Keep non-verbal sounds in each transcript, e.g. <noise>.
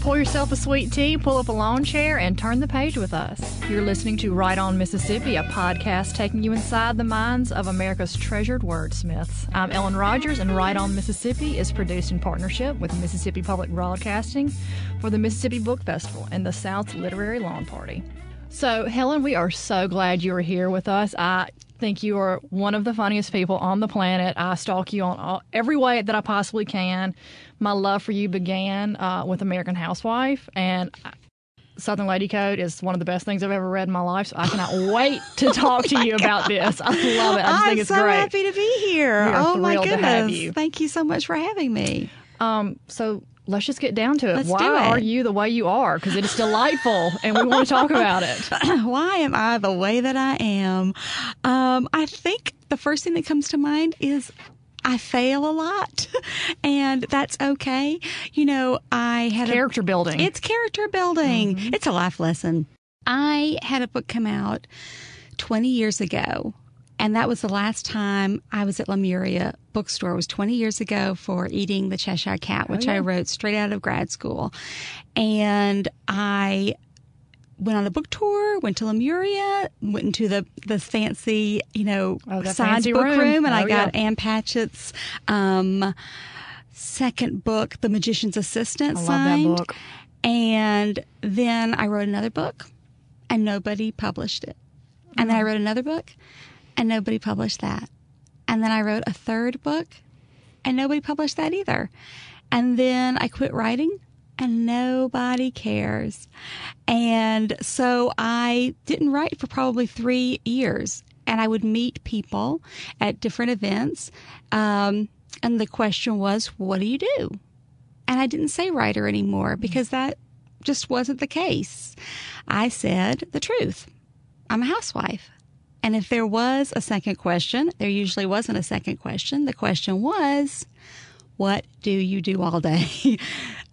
Pour yourself a sweet tea, pull up a lawn chair, and turn the page with us. You're listening to Right On Mississippi, a podcast taking you inside the minds of America's treasured wordsmiths. I'm Ellen Rogers, and Right On Mississippi is produced in partnership with Mississippi Public Broadcasting for the Mississippi Book Festival and the South's Literary Lawn Party. So, Helen, we are so glad you are here with us. I think you are one of the funniest people on the planet. I stalk you on all, every way that I possibly can. My love for you began uh, with American Housewife, and I- Southern Lady Code is one of the best things I've ever read in my life. So I <laughs> cannot wait to talk to you about this. I love it. I just Oh I'm think it's so great. happy to be here. We are oh my thrilled to goodness. have you. Thank you so much for having me. <clears throat> Um, so let's just get down to it. Let's Why do it. are you the way you are? Because it is delightful, and we want to talk about <laughs> it. Why am I the way that I am? Um, I think the first thing that comes to mind is I fail a lot, <laughs> and that's okay. You know, I had a Character building. Mm-hmm. It's character building. It's a life lesson. I had a book come out 20 years ago, and that was the last time I was at Lemuria bookstore. It was 20 years ago for Eating the Cheshire Oh, Cat, which I wrote straight out of grad school. And I went on a book tour, went to Lemuria, went into the, the fancy, you know, Oh, the side fancy book room. room, and I Oh, got Anne Patchett's um, second book, The Magician's Assistant, I love that signed. book. And then I wrote another book and nobody published it. Mm-hmm. And then I wrote another book and nobody published that. And then I wrote a third book and nobody published that either. And then I quit writing and nobody cares. And so I didn't write for probably three years. And I would meet people at different events. Um, and the question was, what do you do? And I didn't say writer anymore because that just wasn't the case. I said the truth. I'm a housewife. And if there was a second question, there usually wasn't a second question. The question was, what do you do all <laughs> day? <laughs>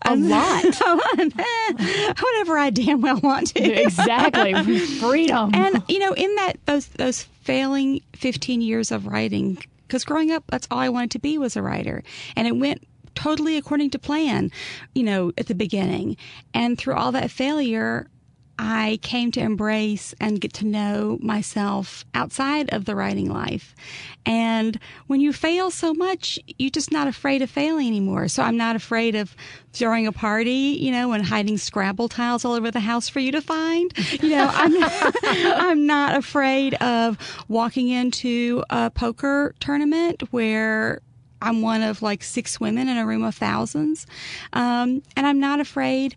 A lot. <laughs> Whatever I damn well want <laughs> to. <laughs> exactly. Freedom. And you know, in that those those failing fifteen years of writing, because growing up, that's all I wanted to be was a writer, and it went totally according to plan, you know, at the beginning, and through all that failure. I came to embrace and get to know myself outside of the writing life. And when you fail so much, you're just not afraid of failing anymore. So I'm not afraid of throwing a party, you know, and hiding Scrabble tiles all over the house for you to find. You know, I'm not, I'm not afraid of walking into a poker tournament where I'm one of like six women in a room of thousands. Um, and I'm not afraid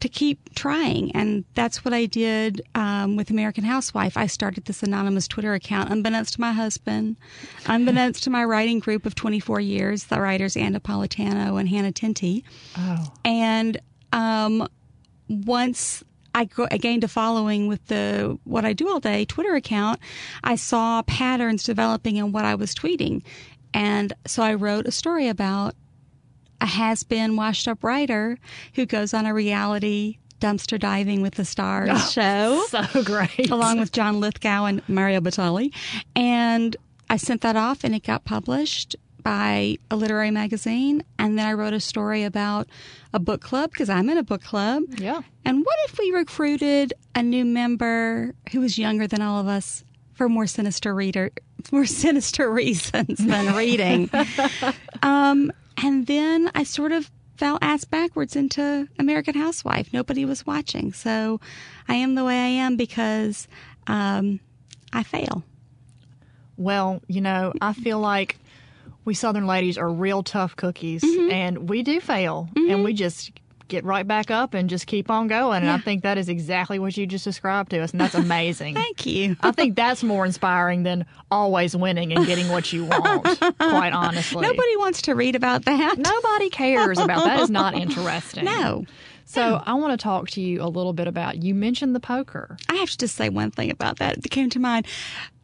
to keep trying. And that's what I did um, with American Housewife. I started this anonymous Twitter account, unbeknownst to my husband, unbeknownst to my writing group of 24 years, the writers Anna Politano and Hannah Tinty. oh, And um, once I, gr- I gained a following with the What I Do All Day Twitter account, I saw patterns developing in what I was tweeting. And so I wrote a story about a has been washed up writer who goes on a reality dumpster diving with the stars show so great. along with John Lithgow and Mario Batali. And I sent that off and it got published by a literary magazine. And then I wrote a story about a book club because I'm in a book club. Yeah. And what if we recruited a new member who was younger than all of us for more sinister reader, <laughs> more sinister reasons than reading? um, and then I sort of fell ass backwards into American Housewife. Nobody was watching, so I am the way I am because um, I fail. Well, you know, I feel like we Southern ladies are real tough cookies, Mm-hmm. and we do fail, and we just get right back up and just keep on going. And I think that is exactly what you just described to us, <laughs> and that's amazing. Thank you. I think that's more inspiring than always winning and getting what you want, <laughs> quite honestly. Nobody wants to read about that. Nobody cares about that. Is not interesting. No. So I want to talk to you a little bit about. You mentioned the poker. I have to just say one thing about that. It came to mind.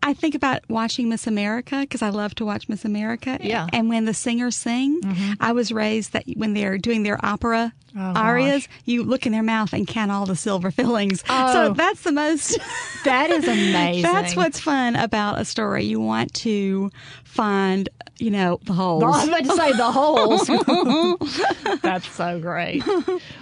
I think about watching Miss America because I love to watch Miss America. Yeah. Mm-hmm. And when the singers sing, I was raised that when they're doing their opera Oh, gosh. arias, you look in their mouth and count all the silver fillings. Oh. So that's the most. That is <laughs> amazing. <laughs> That's what's fun about a story. You want to find, you know, the Well, I holes. <laughs> was about to say the holes. That's so great.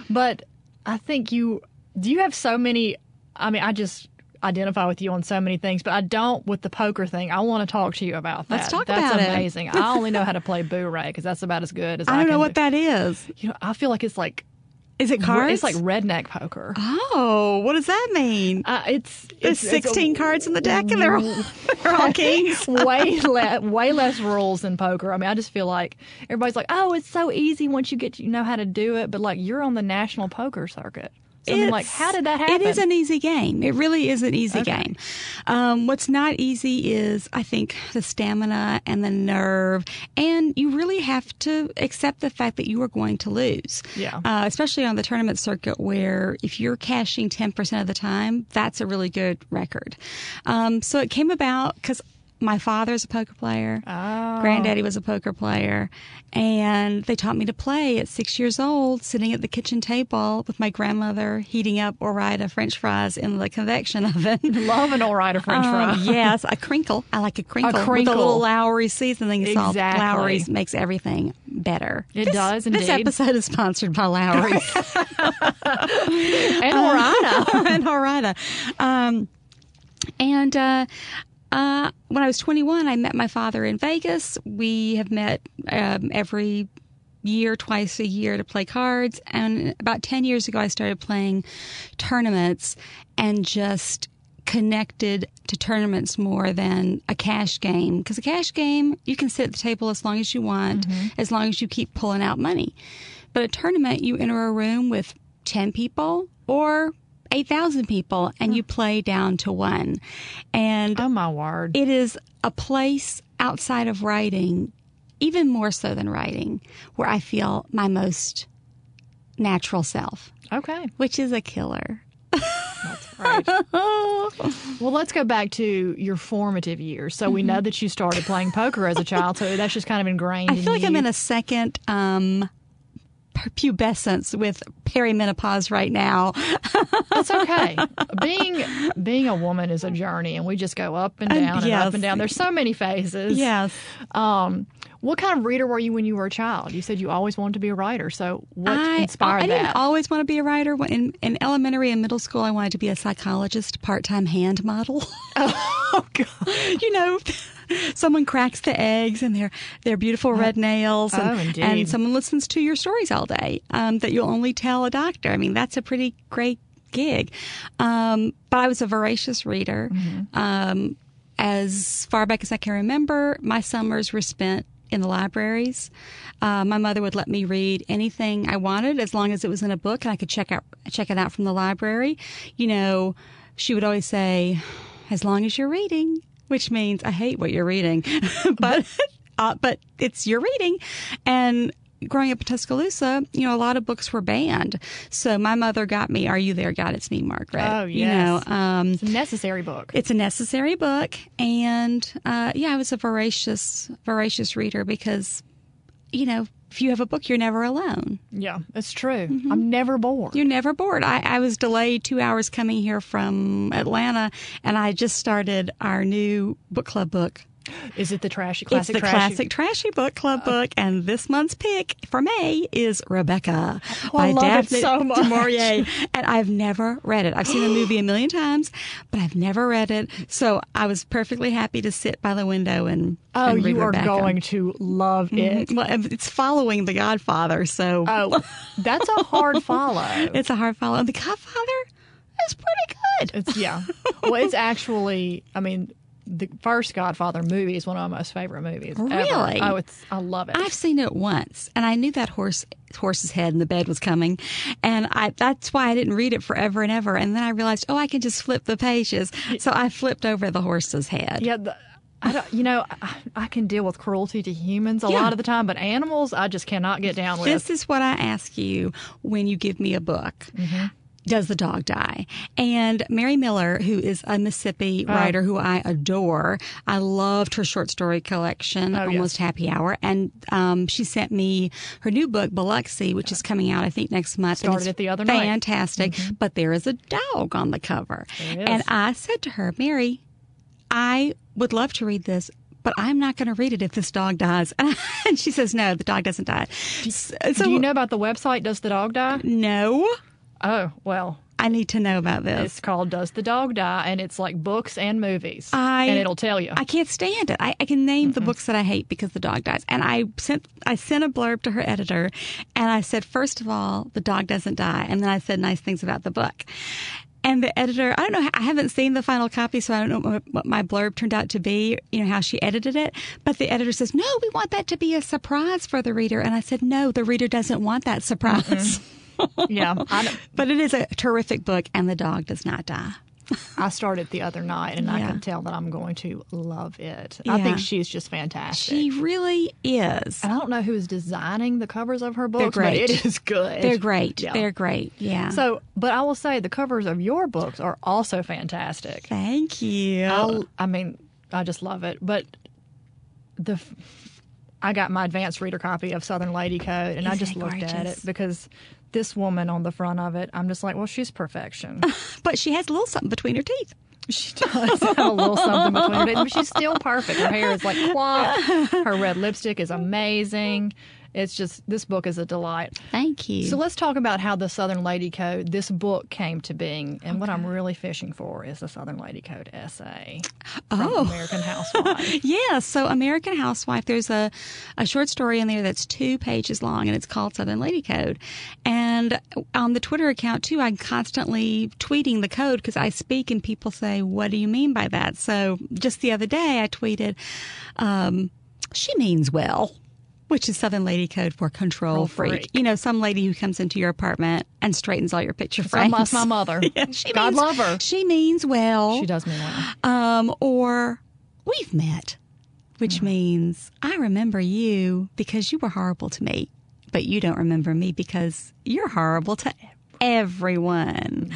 But I think you do you have so many I mean I just identify with you on so many things, but I don't with the poker thing. I want to talk to you about that. Let's talk that's about it. amazing. I only know how to play Boo-Ray because that's about as good as I, I don't can know what do. that is. You know, I feel like it's like Is it cards? it's like redneck poker. oh, what does that mean? Uh, it's it's, There's it's a- 16 cards in the deck, and <laughs> they're all, they're all kings. way <laughs> le- way less rules than poker. I mean, I just feel like everybody's like, "Oh, it's so easy once you get to you know how to do it," but like you're on the national poker circuit. So I'm like, It's- how did that happen? It is an easy game. It really is an easy game. Um, what's not easy is, I think, the stamina and the nerve, and you really have to accept the fact that you are going to lose. Yeah. Uh, especially on the tournament circuit, where if you're cashing 10% of the time, that's a really good record. Um, so it came about because my father's a poker player. Ah. Oh, Granddaddy was a poker player, and they taught me to play at six years old, sitting at the kitchen table with my grandmother heating up Orida French fries in the convection <laughs> oven. Love an all right of French fry. <laughs> Um, yes, a crinkle. I like a crinkle, with crinkle. a little Lowry seasoning salt. Exactly. Lowry's makes everything better. It This- does This indeed. episode is sponsored <laughs> by Lowry's. And all right. and <laughs> Horada. Um, and uh, uh, when I was 21, I met my father in Vegas. We have met um, every year, twice a year to play cards. And about 10 years ago, I started playing tournaments and just connected to tournaments more than a cash game because a cash game you can sit at the table as long as you want as long as you keep pulling out money but a tournament you enter a room with 10 people or 8000 people and you play down to one and Oh my word. it is a place outside of writing, even more so than writing, where I feel my most natural self, Okay. which is a killer. Right. Well, let's go back to your formative years. So we know that you started playing poker as a child, so that's just kind of ingrained. Mm-hmm. I feel like I'm in a second um, pu- pubescence with perimenopause right now. That's <laughs> okay. Being being a woman is a journey, and we just go up and down and yes. up and down. There's so many phases. Um, what kind of reader were you when you were a child? You said you always wanted to be a writer. So what I, inspired I didn't that? always want to be a writer. When- In, in elementary and middle school, I wanted to be a psychologist, part-time hand model. <laughs> <laughs> oh God! you know, <laughs> someone cracks the eggs and their their beautiful red nails, and, oh, indeed. and someone listens to your stories all day um, that you'll only tell a doctor. I mean, that's a pretty great gig. Um, but I was a voracious reader. Mm-hmm. Um, as far back as I can remember, my summers were spent in the libraries. Uh, my mother would let me read anything I wanted as long as it was in a book and I could check out check it out from the library. You know, she would always say, "As long as you're reading," which means I hate what you're reading, <laughs> but uh, but it's your reading. And growing up in Tuscaloosa, you know, a lot of books were banned. So my mother got me "Are You There, God?" It's me, Margaret. Oh, you know. yes. Um, It's a necessary book. it's a necessary book, and uh, yeah, I was a voracious, voracious reader because, you know, if you have a book, you're never alone. Yeah, it's true. Mm-hmm. I'm never bored. You're never bored. I, I was delayed two hours coming here from Atlanta, and I just started our new book club book. Is it the trashy classic? it's the trashy? Oh. classic trashy book club book, and this month's pick for May is Rebecca Oh, I by love it Daphne <laughs> so much. du Maurier. And I've never read it. I've seen the movie a million times, but I've never read it. So I was perfectly happy to sit by the window and Oh, and read you are Rebecca. Mm-hmm. going to love it. Well, and it's following The Godfather, so Oh, that's a <laughs> hard follow. it's a hard follow. And The Godfather is pretty good. It's yeah. Well, <laughs> it's actually. I mean, the first Godfather movie is one of my most favorite movies. ever. Really? Oh, it's. I love it. I've seen it once, and I knew that horse horse's head in the bed was coming, and I that's why I didn't read it forever and ever. And then I realized, oh, I can just flip the pages, so I flipped over the horse's head. yeah. The, I don't, you know, I, I can deal with cruelty to humans a Yeah. lot of the time, but animals, I just cannot get down with. This is what I ask you when you give me a book. Mm-hmm. Does the dog die? And Mary Miller, who is a Oh. Mississippi writer who I adore, I loved her short story Oh, collection, Almost Happy Hour. And um, she sent me her new book, Biloxi, which is coming out, I think, next month. and Started it's it the other night. Mm-hmm. fantastic, but there is a dog on the cover. There is. And I said to her, Mary, I would love to read this, but I'm not going to read it if this dog dies. <laughs> And she says, No, the dog doesn't die. So, Do you know about the website? Does the dog die? no. Oh, well, I need to know about this. it's called Does the Dog Die? And it's like books and movies. I- and it'll tell you. I can't stand it. I, I can name the books that I hate because the dog dies. And I sent I sent a blurb to her editor and I said, first of all, the dog doesn't die. And then I said nice things about the book. And the editor, I don't know, I haven't seen the final copy, so I don't know what my- what my blurb turned out to be, you know, how she edited it. But the editor says, no, we want that to be a surprise for the reader. And I said, no, the reader doesn't want that surprise. <laughs> yeah. I, know. <laughs> But it is a terrific book, and the dog does not die. I started the other night and I Yeah. can tell that I'm going to love it. I Yeah. think she's just fantastic. She really is. and I don't know who is designing the covers of her books, great. but it is good. They're great. Yeah. They're great. Yeah. So, but I will say the covers of your books are also fantastic. Thank you. I, I mean, I just love it. But the, f- I got my advanced reader copy of Southern Lady Code, and I Isn't just it looked at it gorgeous? because this woman on the front of it, I'm just like, well, she's <laughs> perfection. but she has a little something between her teeth. she <laughs> does have a little something between her, teeth, but she's still perfect. Her hair is like plop. Her red lipstick is amazing. It's just this book is a delight. Thank you. So let's talk about how the Southern Lady Code, this book came to being. And what I'm really fishing for is the Southern Lady Code essay from Oh. American Housewife. yeah, so American Housewife, there's a, a short story in there that's two pages long and it's called Southern Lady Code. And on the Twitter account, too, I'm constantly tweeting the code because I speak and people say, What do you mean by that? So just the other day, I tweeted, um, She means well. Which is Southern Lady Code for control freak. freak. You know, some lady who comes into your apartment and straightens all your picture I frames. lost my mother. <laughs> Yeah, she God means, love her. She means well. She does mean well. Um, or we've met, which means I remember you because you were horrible to me, but you don't remember me because you're horrible to everyone.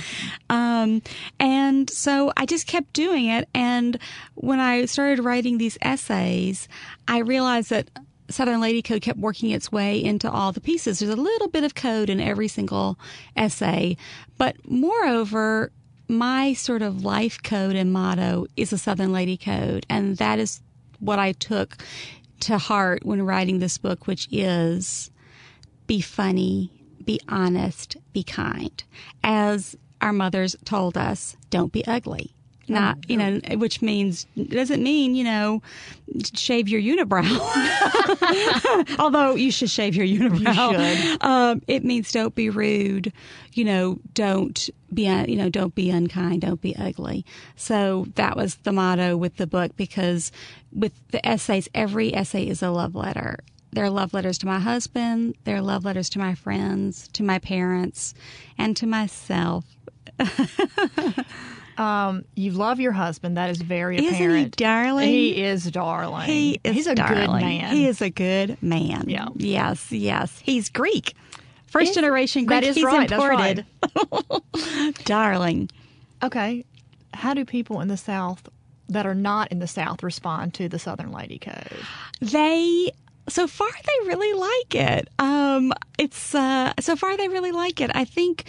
Um, and so I just kept doing it. And when I started writing these essays, I realized that Southern Lady Code kept working its way into all the pieces. There's a little bit of code in every single essay, but moreover, my sort of life code and motto is a Southern Lady Code, and that is what I took to heart when writing this book, which is be funny, be honest, be kind. As our mothers told us, don't be ugly. Not, you know, which means, doesn't mean, you know, shave your unibrow. Although you should shave your unibrow. Um, it means don't be rude, you know, don't be, un- you know, don't be unkind, don't be ugly. So that was the motto with the book because with the essays, every essay is a love letter their love letters to my husband, their love letters to my friends, to my parents, and to myself. You love your husband. That is very Isn't he apparent. darling? He is darling. He is He's a good darling. man. He is a good man. Yeah. Yes, yes. He's Greek. First generation Greek. That is He's right. That's imported. <laughs> darling. Okay. How do people in the South that are not in the South respond to the Southern Lady Code? they so far they really like it um it's uh so far they really like it i think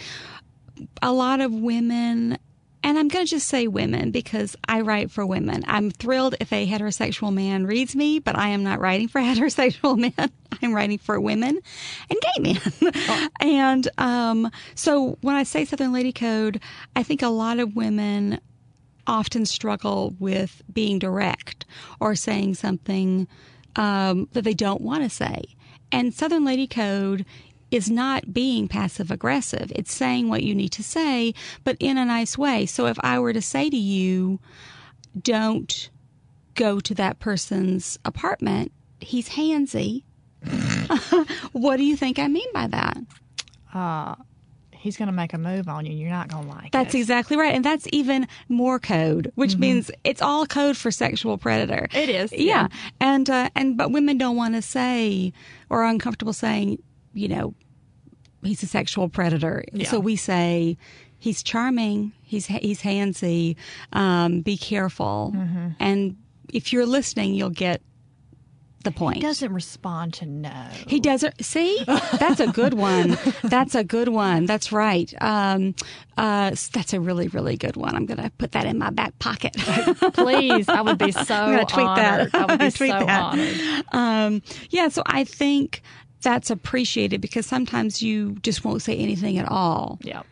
a lot of women and i'm going to just say women because i write for women i'm thrilled if a heterosexual man reads me but i am not writing for <laughs> heterosexual men i'm writing for women and gay men <laughs> and um so when i say southern lady code i think a lot of women often struggle with being direct or saying something um, that they don't want to say. And Southern Lady Code is not being passive aggressive. It's saying what you need to say, but in a nice way. So if I were to say to you, don't go to that person's apartment, he's handsy. <laughs> what do you think I mean by that? Uh, He's going to make a move on you. You're not going to like That's it. exactly right. And that's even more code, which means it's all code for sexual predator. Mm-hmm. It is, yeah. Yeah. And uh, and but women don't want to say or are uncomfortable saying, you know, he's a sexual predator. So we say he's charming, he's he's handsy, um, be careful. Mm-hmm. And if you're listening, you'll get the point. He doesn't respond to no. He doesn't see. That's a good one. That's a good one. That's right. Um, uh, that's a really, really good one. I'm gonna put that in my back pocket. <laughs> Please, I would be so I'm gonna tweet honored. that. I would <laughs> be tweet so that. honored. Um, yeah. So I think that's appreciated because sometimes you just won't say anything at all. Yeah.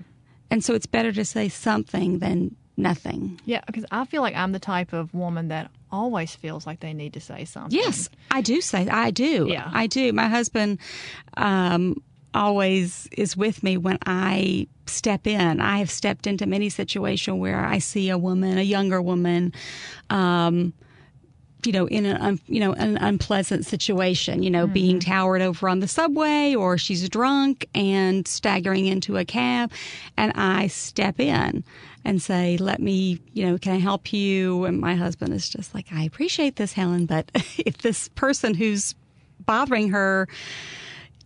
And so it's better to say something than nothing. Yeah, because I feel like I'm the type of woman that always feels like they need to say something. Yes, I do say I do. Yeah. I do. My husband um, always is with me when I step in. I have stepped into many situations where I see a woman, a younger woman, um, you know, in an un, you know an unpleasant situation. You know, being towered over on the subway, or she's drunk and staggering into a cab, and I step in and say, "Let me, you know, can I help you?" And my husband is just like, "I appreciate this, Helen, but <laughs> if this person who's bothering her."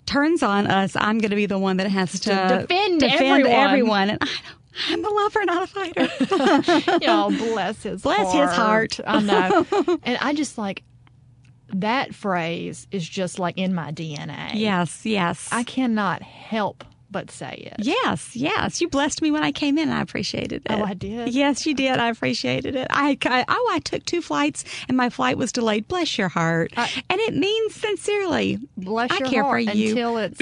turns on us, I'm going to be the one that has to, defend everyone. everyone. And I don't, I'm a lover, not a <laughs> fighter. oh, bless his Bless his heart. I <laughs> know. and I just like that phrase is just like in my DNA. yes, yes. I cannot help but say it. Yes, yes. You blessed me when I came in. And I appreciated it. Oh, I did? Yes, you did. I appreciated it. I, I oh, I took two flights and my flight was delayed. Bless your heart. Uh, and it means sincerely. Bless I your care heart for you until <clears throat> it's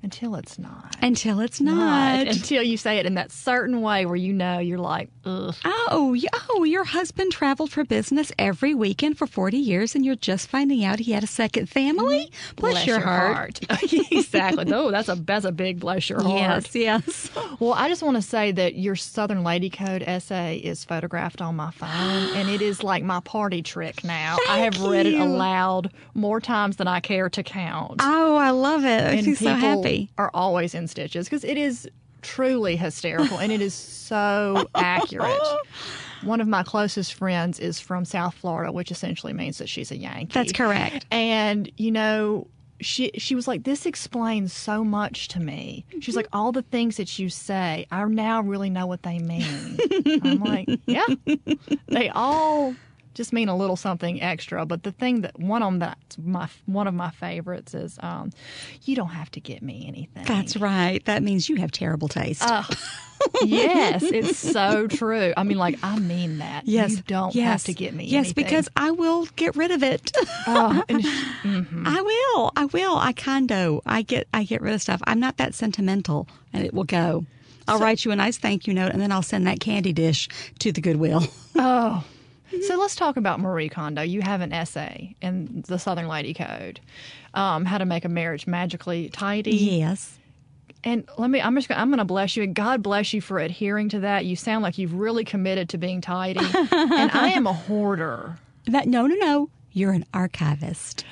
until it's not. until it's not. Until you say it in that certain way where you know you're like, ugh. Oh, y- oh, your husband traveled for business every weekend for 40 years and you're just finding out he had a second family? Mm-hmm. Bless, your, heart. <laughs> exactly. No, that's a that's a big bless your heart. Yes, yes. Well, I just want to say that your Southern Lady Code essay is photographed on my phone, <gasps> and it is like my party trick now. I have Thank read it you. aloud more times than I care to count. Oh, I love it. and Makes me so people happy. are always in stitches because it is truly hysterical and it is <laughs> so accurate. One of my closest friends is from South Florida, which essentially means that she's a Yankee. That's correct. And you know, she she was like, "This explains so much to me." She's like, "All the things that you say, I now really know what they mean." I'm like, "Yeah, they all." Just mean a little something extra, but the thing that one of them that's my one of my favorites is, um, you don't have to get me anything. That's <laughs> right. That means you have terrible taste. yes, it's so true. I mean, like I mean that. yes. you don't have yes, to get me. Yes, anything. because I will get rid of it. <laughs> Oh, and she- I will. I will. I condo. I get I get rid of stuff. I'm not that sentimental and it will go. I'll write you a nice thank you note and then I'll send that candy dish to the Goodwill. Oh. So let's talk about Marie Kondo. You have an essay in the Southern Lady Code, um, how to make a marriage magically tidy. yes. And let me, I'm just, gonna, I'm going to bless you. and God bless you for adhering to that. You sound like you've really committed to being <laughs> tidy. and I am a hoarder. <laughs> That no no no. You're an archivist.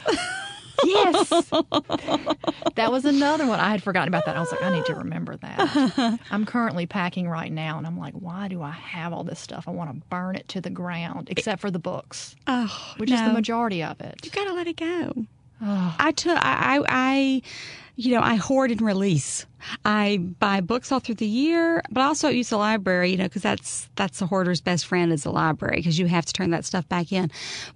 Yes. <laughs> that was another one. I had forgotten about that. I was like, I need to remember <laughs> that. I'm currently packing right now, and I'm like, why do I have all this stuff? I want to burn it to the ground, except for the books, Oh, which is the majority of it. you gotta let it go. I took I, I I you know I hoard and release. I buy books all through the year, but I also use the library. You know because that's that's the hoarder's best friend is the library because you have to turn that stuff back in.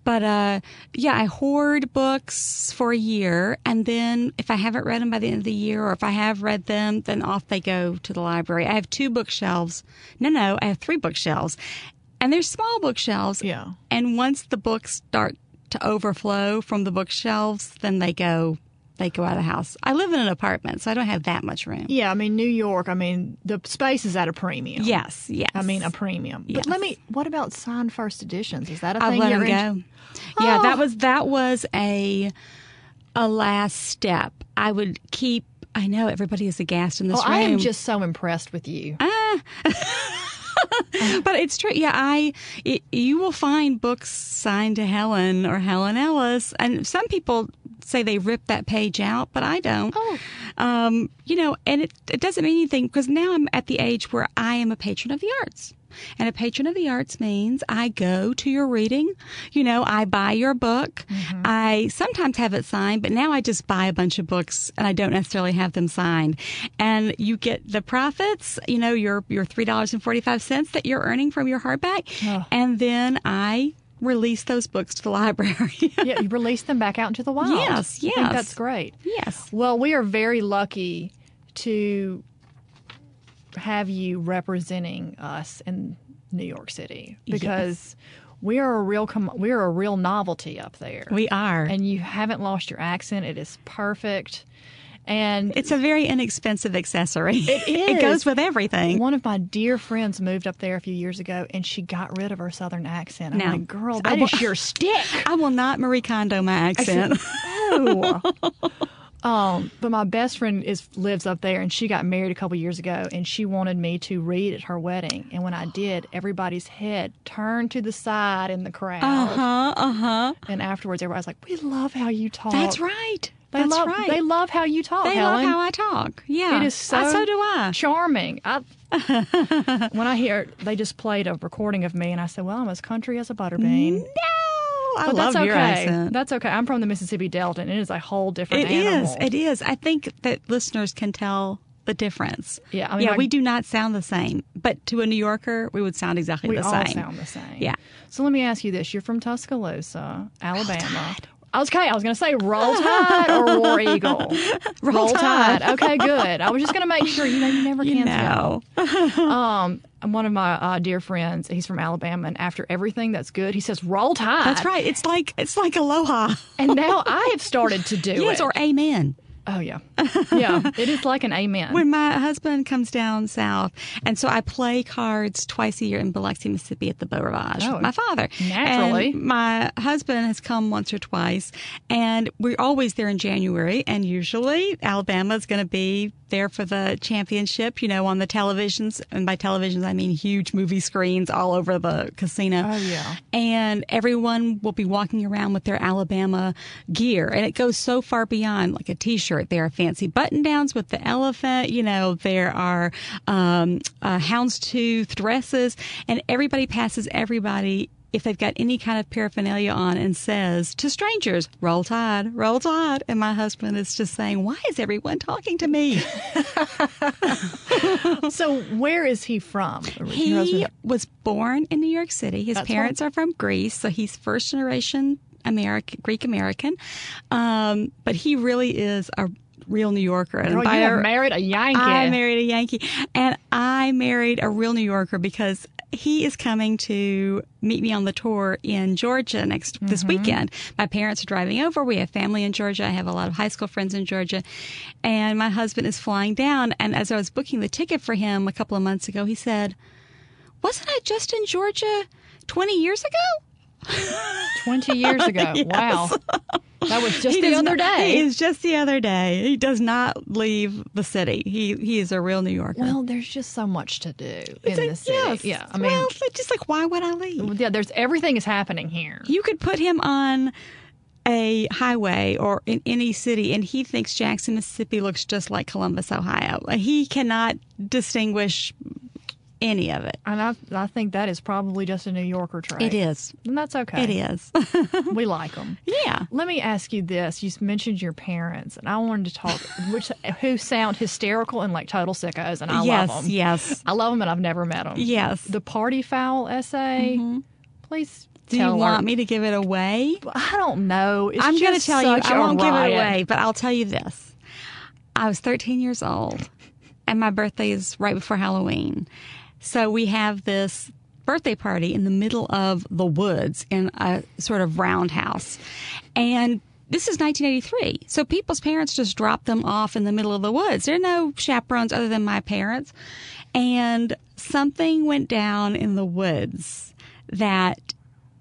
But uh, yeah, I hoard books for a year, and then if I haven't read them by the end of the year, or if I have read them, then off they go to the library. I have two bookshelves. No, no, I have three bookshelves, and they're small bookshelves. Yeah. And once the books start to overflow from the bookshelves, then they go they go out of the house. I live in an apartment, so I don't have that much room. Yeah, I mean New York. I mean the space is at a premium. Yes, yes. I mean a premium. But let me. What about signed first editions? Is that a I thing? let you're them in- go. Yeah, that was that was a a last step. I would keep. I know everybody is aghast in this Well, room. Oh, I am just so impressed with you. but it's true. Yeah, I it, you will find books signed to Helen or Helen Ellis, and some people say they rip that page out, but I don't. Oh. Um, you know, and it it doesn't mean anything because now I'm at the age where I am a patron of the arts. And a patron of the arts means I go to your reading, you know, I buy your book. I sometimes have it signed, but now I just buy a bunch of books and I don't necessarily have them signed. And you get the profits, you know, your your three dollars and forty five cents that you're earning from your hardback, and then I release those books to the <laughs> library. <laughs> yeah, you release them back out into the wild. Yes, I think yes. that's great. yes. Well, we are very lucky to have you representing us in New York City because we are a real com- we are a real novelty up there. We are. and you haven't lost your accent. It is perfect. And It's a very inexpensive accessory. is. It <laughs> it goes with everything. one of my dear friends moved up there a few years ago, and she got rid of her southern accent. I'm No. like, girl, I that wa- is your stick. I will not Marie Kondo <laughs> my accent. <laughs> No. um, but my best friend is lives up there, and she got married a couple years ago, and she wanted me to read at her wedding. And when I did, everybody's head turned to the side in the crowd, Uh huh. Uh huh. and afterwards, everybody's like, "We love how you talk." That's right. They That's love, right. They love how you talk. They Helen. love how I talk. Yeah. It is so, I, so do I. Charming. <laughs> I, when I hear they just played a recording of me, and I said, "Well, I'm as country as a butterbean." No, I But love that's okay. your accent. That's okay. I'm from the Mississippi Delta, and it is a whole different It animal. is. It is. I think that listeners can tell the difference. Yeah, I mean, yeah, I- we do not sound the same, but to a New Yorker, we would sound exactly We the all same. sound the same. Yeah. So let me ask you this: You're from Tuscaloosa, Oh, Alabama. I was okay. I was going to say Roll Tide or War Eagle. <laughs> Roll Tide. Okay, good. I was just going to make sure. You know, you never You can tell. know. Um, and one of my uh, dear friends, he's from Alabama, and after everything that's good, he says Roll Tide. That's right. It's like it's like aloha. And now I have started to do <laughs> yes, it. or amen. oh <laughs> yeah, yeah. It is like an amen. When my husband comes down south, and so I play cards twice a year in Biloxi, Mississippi at the Beau Rivage Oh, with my father. naturally. And my husband has come once or twice, and we're always there in January, and usually Alabama's going to be there for the championship, you know, on the televisions. And by televisions, I mean huge movie screens all over the casino. Oh, yeah. And everyone will be walking around with their Alabama gear. And it goes so far beyond like a t shirt. There are fancy button downs with the elephant, you know, there are um, uh, houndstooth dresses, and everybody passes everybody. If they've got any kind of paraphernalia on and says to strangers, roll tide, roll tide. And my husband is just saying, why is everyone talking to me? so where is he from? Your He husband- was born in New York City. His right. parents are from Greece, so he's first generation American, Greek American. Um, but he really is a real New Yorker. And Girl, Oh, you by have a- married a Yankee. <laughs> I married a Yankee, and I married a real New Yorker because he is coming to meet me on the tour in Georgia next this weekend. My parents are driving over. We have family in Georgia. I have a lot of high school friends in Georgia, and my husband is flying down. And as I was booking the ticket for him a couple of months ago, he said, "Wasn't I just in Georgia twenty years ago?" 20 years <laughs> ago. Wow. That was just He the does other not- day. It is just the other day. He does not leave the city. He he is a real New Yorker. well, there's just so much to do in It's like, the city. yes. Yeah. I mean, well, it's just like why would I leave? yeah, there's everything is happening here. You could put him on a highway or in any city, and he thinks Jackson, Mississippi, looks just like Columbus, Ohio. He cannot distinguish any of it. And I, I think that is probably just a New Yorker trait. It is. And that's okay. It is. <laughs> We like them. <laughs> yeah. Let me ask you this. You mentioned your parents, and I wanted to talk, <laughs> which who sound hysterical and like total sickos, and I yes. love them. Yes. I love them, and I've never met them. Yes. Mm-hmm. The party foul essay. Please Do tell you our- want me to give it away? I don't know. It's I'm going going to tell you. I won't give it away, but I'll tell you this. I was 13 years old, and my birthday is right before Halloween. So we have this birthday party in the middle of the woods in a sort of roundhouse. And this is 1983. So people's parents just dropped them off in the middle of the woods. There are no chaperones other than my parents. And something went down in the woods that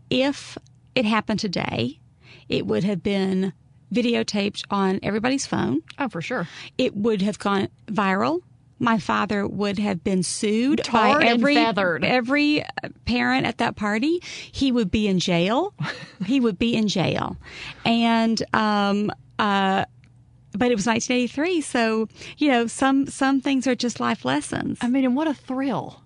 if it happened today, it would have been videotaped on everybody's phone. Oh, for sure. It would have gone viral. My father would have been sued Tarred by and every feathered. every uh, parent at that party. He would be <laughs> in jail. he would be in jail, and um uh. But it was 1983, so you know some some things are just life lessons. Um, I mean, and what a <laughs> thrill.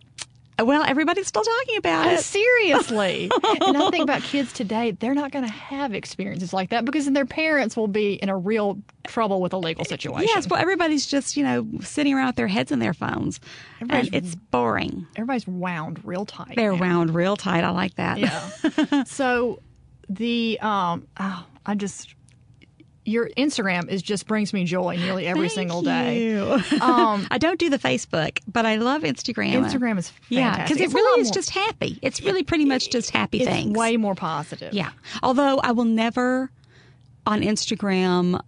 Well, everybody's still talking about it. Seriously. <laughs> and I think about kids today, they're not going to have experiences like that because then their parents will be in a real trouble with a legal situation. Yes, well, everybody's just you know sitting around with their heads in their phones, and Everybody's- it's boring. Everybody's wound real tight. They're now. wound real tight. I like that. Yeah. <laughs> so the, um, oh, I just, your Instagram is just brings me joy nearly every Thank single day. you. Um, <laughs> I don't do the Facebook, but I love Instagram. Instagram is fantastic. yeah, because it It's a lot really is more- just happy. It's really pretty much just happy it's things. way more positive. yeah. Although I will never on Instagram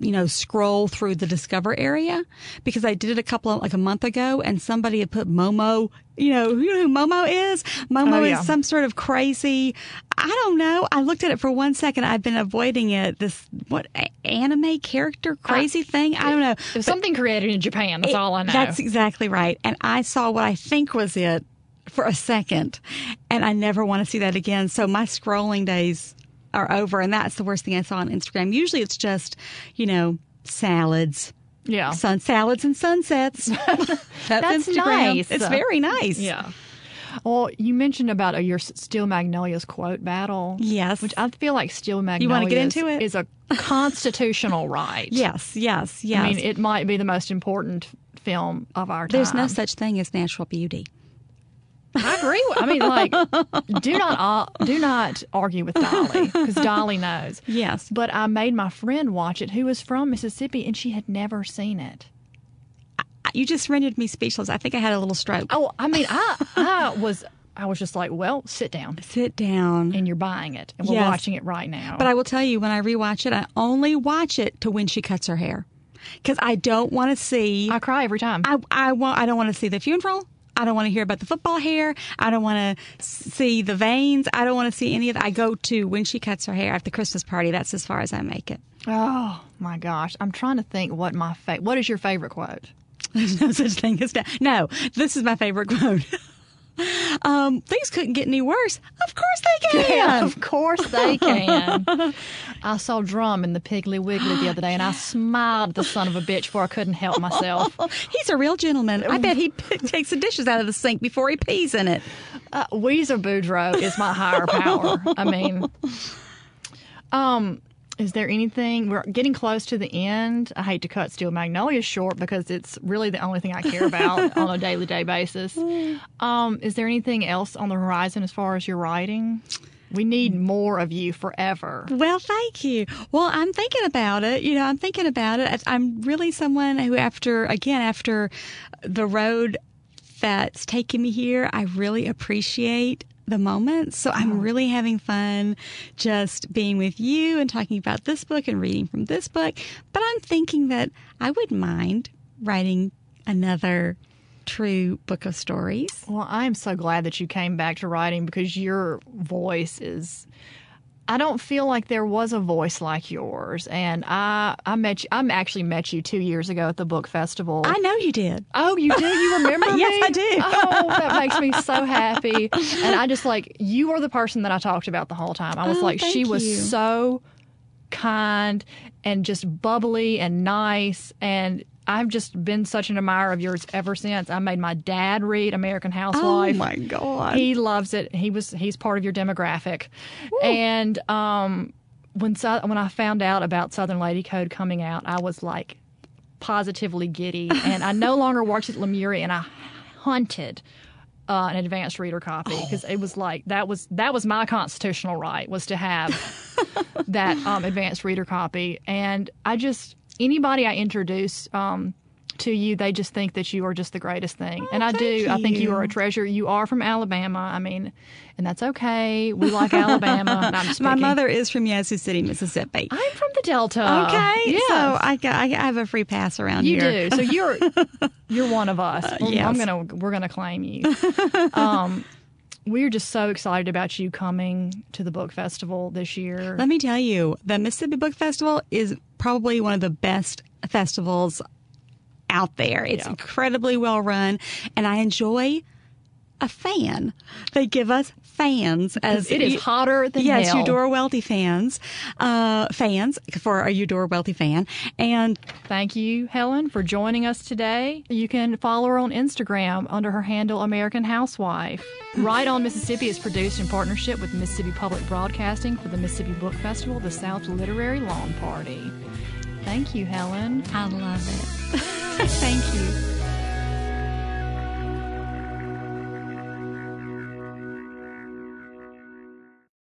you know, scroll through the discover area because I did it a couple of like a month ago and somebody had put Momo, you know, you know who Momo is? Momo Oh, yeah. is some sort of crazy, I don't know. I looked at it for one second. I've been avoiding it. This, what, a- anime character crazy thing? I don't know. Uh, It was something created in Japan. That's all I know. That's exactly right. And I saw what I think was it for a second, and I never want to see that again. So my scrolling days are over, and that's the worst thing I saw on Instagram. Usually it's just, you know, salads, yeah. sun salads and sunsets. <laughs> that's, <laughs> That's Instagram. nice. It's very nice. Yeah. Well, you mentioned about uh, your S- Steel Magnolias quote battle. Yes. Which I feel like Steel Magnolias wanna get into it? is a constitutional right. <laughs> Yes. Yes. Yes. I mean, it might be the most important film of our time. There's no such thing as natural beauty. I agree. With, I mean, like, do not uh, do not argue with Dolly because Dolly knows. <laughs> Yes. But I made my friend watch it, who was from Mississippi, and she had never seen it. You just rendered me speechless. I think I had a little stroke. Oh, I mean, I I was I was just like, well, sit down, Sit down. and you're buying it, and we're Yes. watching it right now. But I will tell you, when I rewatch it, I only watch it to when she cuts her hair, because I don't want to see. I cry every time. I I want. I don't want to see the funeral. I don't want to hear about the football hair. I don't want to see the veins. I don't want to see any of that. I go to when she cuts her hair at the Christmas party. That's as far as I make it. <laughs> oh my gosh, I'm trying to think what my fa- what is your favorite quote? There's no such thing as that. No, this is my favorite quote. <laughs> um, things couldn't get any worse. Of course they <laughs> can. of course they can. I saw Drum in the Piggly Wiggly the other day, and I smiled at the son of a bitch for I couldn't help myself. He's a real gentleman. I bet he <laughs> takes the dishes out of the sink before he pees in it. Uh, Weezer Boudreaux is my higher power. I mean, um, is there anything? We're getting close to the end. I hate to cut Steel Magnolia short because it's really the only thing I care about on a daily day basis. Um, is there anything else on the horizon as far as your writing? We need more of you forever. Well, thank you. Well, I'm thinking about it. You know, I'm thinking about it. I- I'm really someone who, after, again, after the road that's taken me here, I really appreciate the moments. So I'm really having fun just being with you and talking about this book and reading from this book. But I'm thinking that I wouldn't mind writing another true book of stories. Well, I am so glad that you came back to writing because your voice is. I don't feel like there was a voice like yours, and I I met you. I actually met you two years ago at the book festival. I know you did. oh, you do? You remember me? <laughs> Yes, I do. Oh, that makes me so happy. And I just like you are the person that I talked about the whole time. I was Oh, like, she thank you. was so kind and just bubbly and nice and. I've just been such an admirer of yours ever since. I made my dad read American Housewife. Oh my God. He loves it. He was he's part of your demographic, and um, when Sou- when I found out about Southern Lady Code coming out, I was like positively giddy, and I no longer worked at Lemuria, and I hunted. Uh, an advanced reader copy because it was like that was that was my constitutional right was to have that um, advanced reader copy and I just anybody I introduce um, to you they just think that you are just the greatest thing and I do I think you you. are a treasure you are from Alabama I mean and that's okay we like Alabama and <laughs> I'm just My picking. mother is from Yazoo City, Mississippi. I'm from the Delta Okay, yes. so I, got, I have a free pass around You here. do. So <laughs> you're you're one of us. Well, yes. I'm gonna we're gonna claim you. <laughs> Um, we're just so excited about you coming to the book festival this year. Let me tell you, the Mississippi Book Festival is probably one of the best festivals out there. It's Yeah. incredibly well run, and I enjoy a fan. They give us fans as it is hotter than yes, hell. Eudora Welty fans, uh, fans for a Eudora Welty fan, and Thank you, Helen, for joining us today. You can follow her on Instagram under her handle American Housewife. Right on Mississippi is produced in partnership with Mississippi Public Broadcasting for the Mississippi Book Festival, the South Literary Lawn Party. Thank you, Helen. <laughs> I love it. Thank you.